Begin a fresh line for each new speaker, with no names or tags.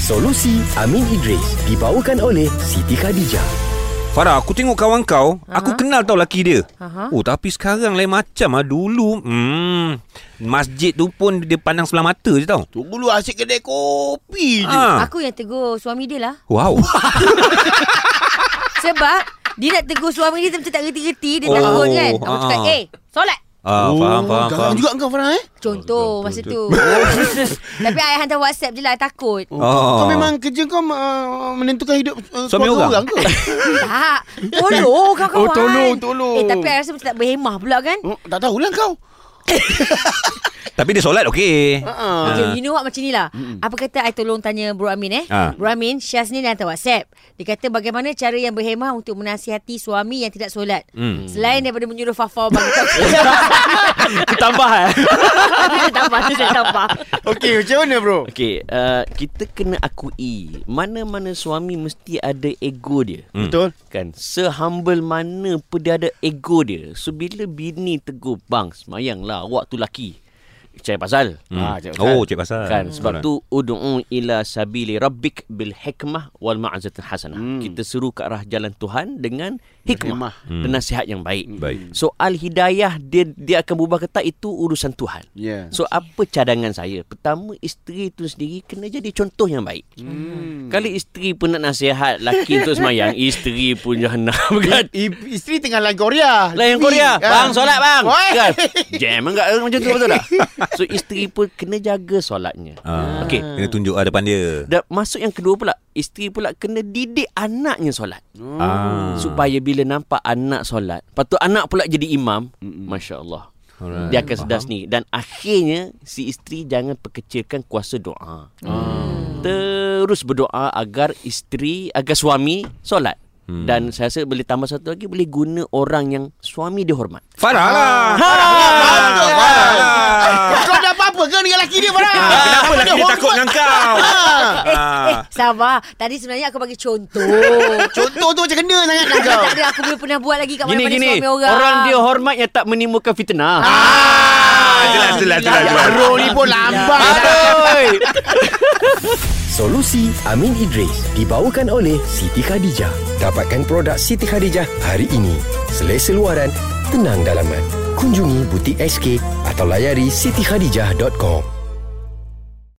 Solusi Amin Idris dibawakan oleh Siti Khadijah.
Farah, aku tengok kawan kau, Aha. aku kenal tau laki dia.
Aha.
Oh, tapi sekarang lain macam ah dulu. Hmm. Masjid tu pun dia pandang sebelah mata je tau.
Tu dulu asyik kedai kopi je.
Ha.
Ha. Aku yang tegur suami dia lah.
Wow.
Sebab dia nak tegur suami dia dia macam tak reti-reti. Dia
Oh,
takut kan. Aku
ah.
cakap, eh, solat.
Ah, faham, faham,
Oh, garang
faham.
juga kau Farah eh?
Contoh masa tu. Tapi I hantar WhatsApp je lah. Takut.
Oh.
Oh.
Kau memang kerja kau uh, menentukan hidup uh,
Suami
keluarga
orang?
ke?
Tak. Tolong kawan-kawan.
Oh, tolong, tolong.
Eh, tapi I rasa macam tak berhemah pula kan.
oh, tak tahulah kau.
Tapi dia solat okey.
Ha.
Okay, you know what macam ni lah mm Apa kata I tolong tanya Bro Amin eh
Ah.
Bro Amin Syaznin hantar whatsapp Dia kata bagaimana cara yang berhemah Untuk menasihati suami yang tidak solat
Hmm.
Selain daripada menyuruh Fafa bagi tahu
Tambah eh
Saya tambah tu saya tambah
Okey, macam mana bro?
Okay uh, Kita kena akui Mana-mana suami Mesti ada ego dia
Hmm.
Betul.
Kan Sehumble mana pun Dia ada ego dia So bila bini tegur Bang semayang lah Awak tu laki Cari pasal
Hmm.
Ah, cik pasal.
oh, cik pasal.
Kan sebab
Solat.
tu ud'u ila sabili rabbik bil hikmah wal ma'azatil hasanah.
Hmm.
Kita seru ke arah jalan Tuhan dengan
Hikmah.
hikmah, dan nasihat yang baik.
Hmm. Baik.
Soal hidayah dia dia akan berubah ke tak itu urusan Tuhan.
Ya.
So apa cadangan saya? Pertama isteri tu sendiri kena jadi contoh yang baik.
Hmm.
Kali isteri pun nak nasihat laki untuk semayang, isteri pun jangan nak kan.
I- isteri tengah lain Korea.
Lain yang
Ah.
Korea Bang solat bang
Oi.
kan? Jam enggak eh, macam tu betul tak So isteri pun kena jaga solatnya
Ah.
Okey.
Kena tunjuk ah depan dia.
Dan masuk yang kedua pula Isteri pula kena didik anaknya solat
Hmm.
Ah.
Supaya bila nampak anak solat Lepas tu anak pula jadi imam Masya Allah
Alright.
Dia akan sedar sendiri Dan akhirnya Si isteri jangan perkecilkan kuasa doa
Ah.
Terus berdoa agar isteri Agar suami solat
Hmm.
Dan saya rasa boleh tambah satu lagi Boleh guna orang yang suami dia hormat
Farah lah.
Ah.
Ha.
Betul.
Farah
Ah.
lah.
Kau dah apa-apa ke dengan laki dia Farah?
Ah, Kenapa lelaki dia takut dengan kau?
Eh, eh
Ah.
sabar Tadi sebenarnya aku bagi contoh
Oh, Contoh tu macam kena sangat dengan
Tak
kau.
ada aku belum pernah buat lagi Kat
Gini
mana-mana
gini
suami orang
Orang dia hormatnya tak menimbulkan fitnah
Ah, jelas, jelas, jelas.
Ya,
jelas.
Bro ni pun lambat.
Oi.
Solusi Amin Idris dibawakan oleh Siti Khadijah. Dapatkan produk Siti Khadijah hari ini. Selesa luaran, tenang dalaman. Kunjungi butik SK atau layari sitikhadijah.com.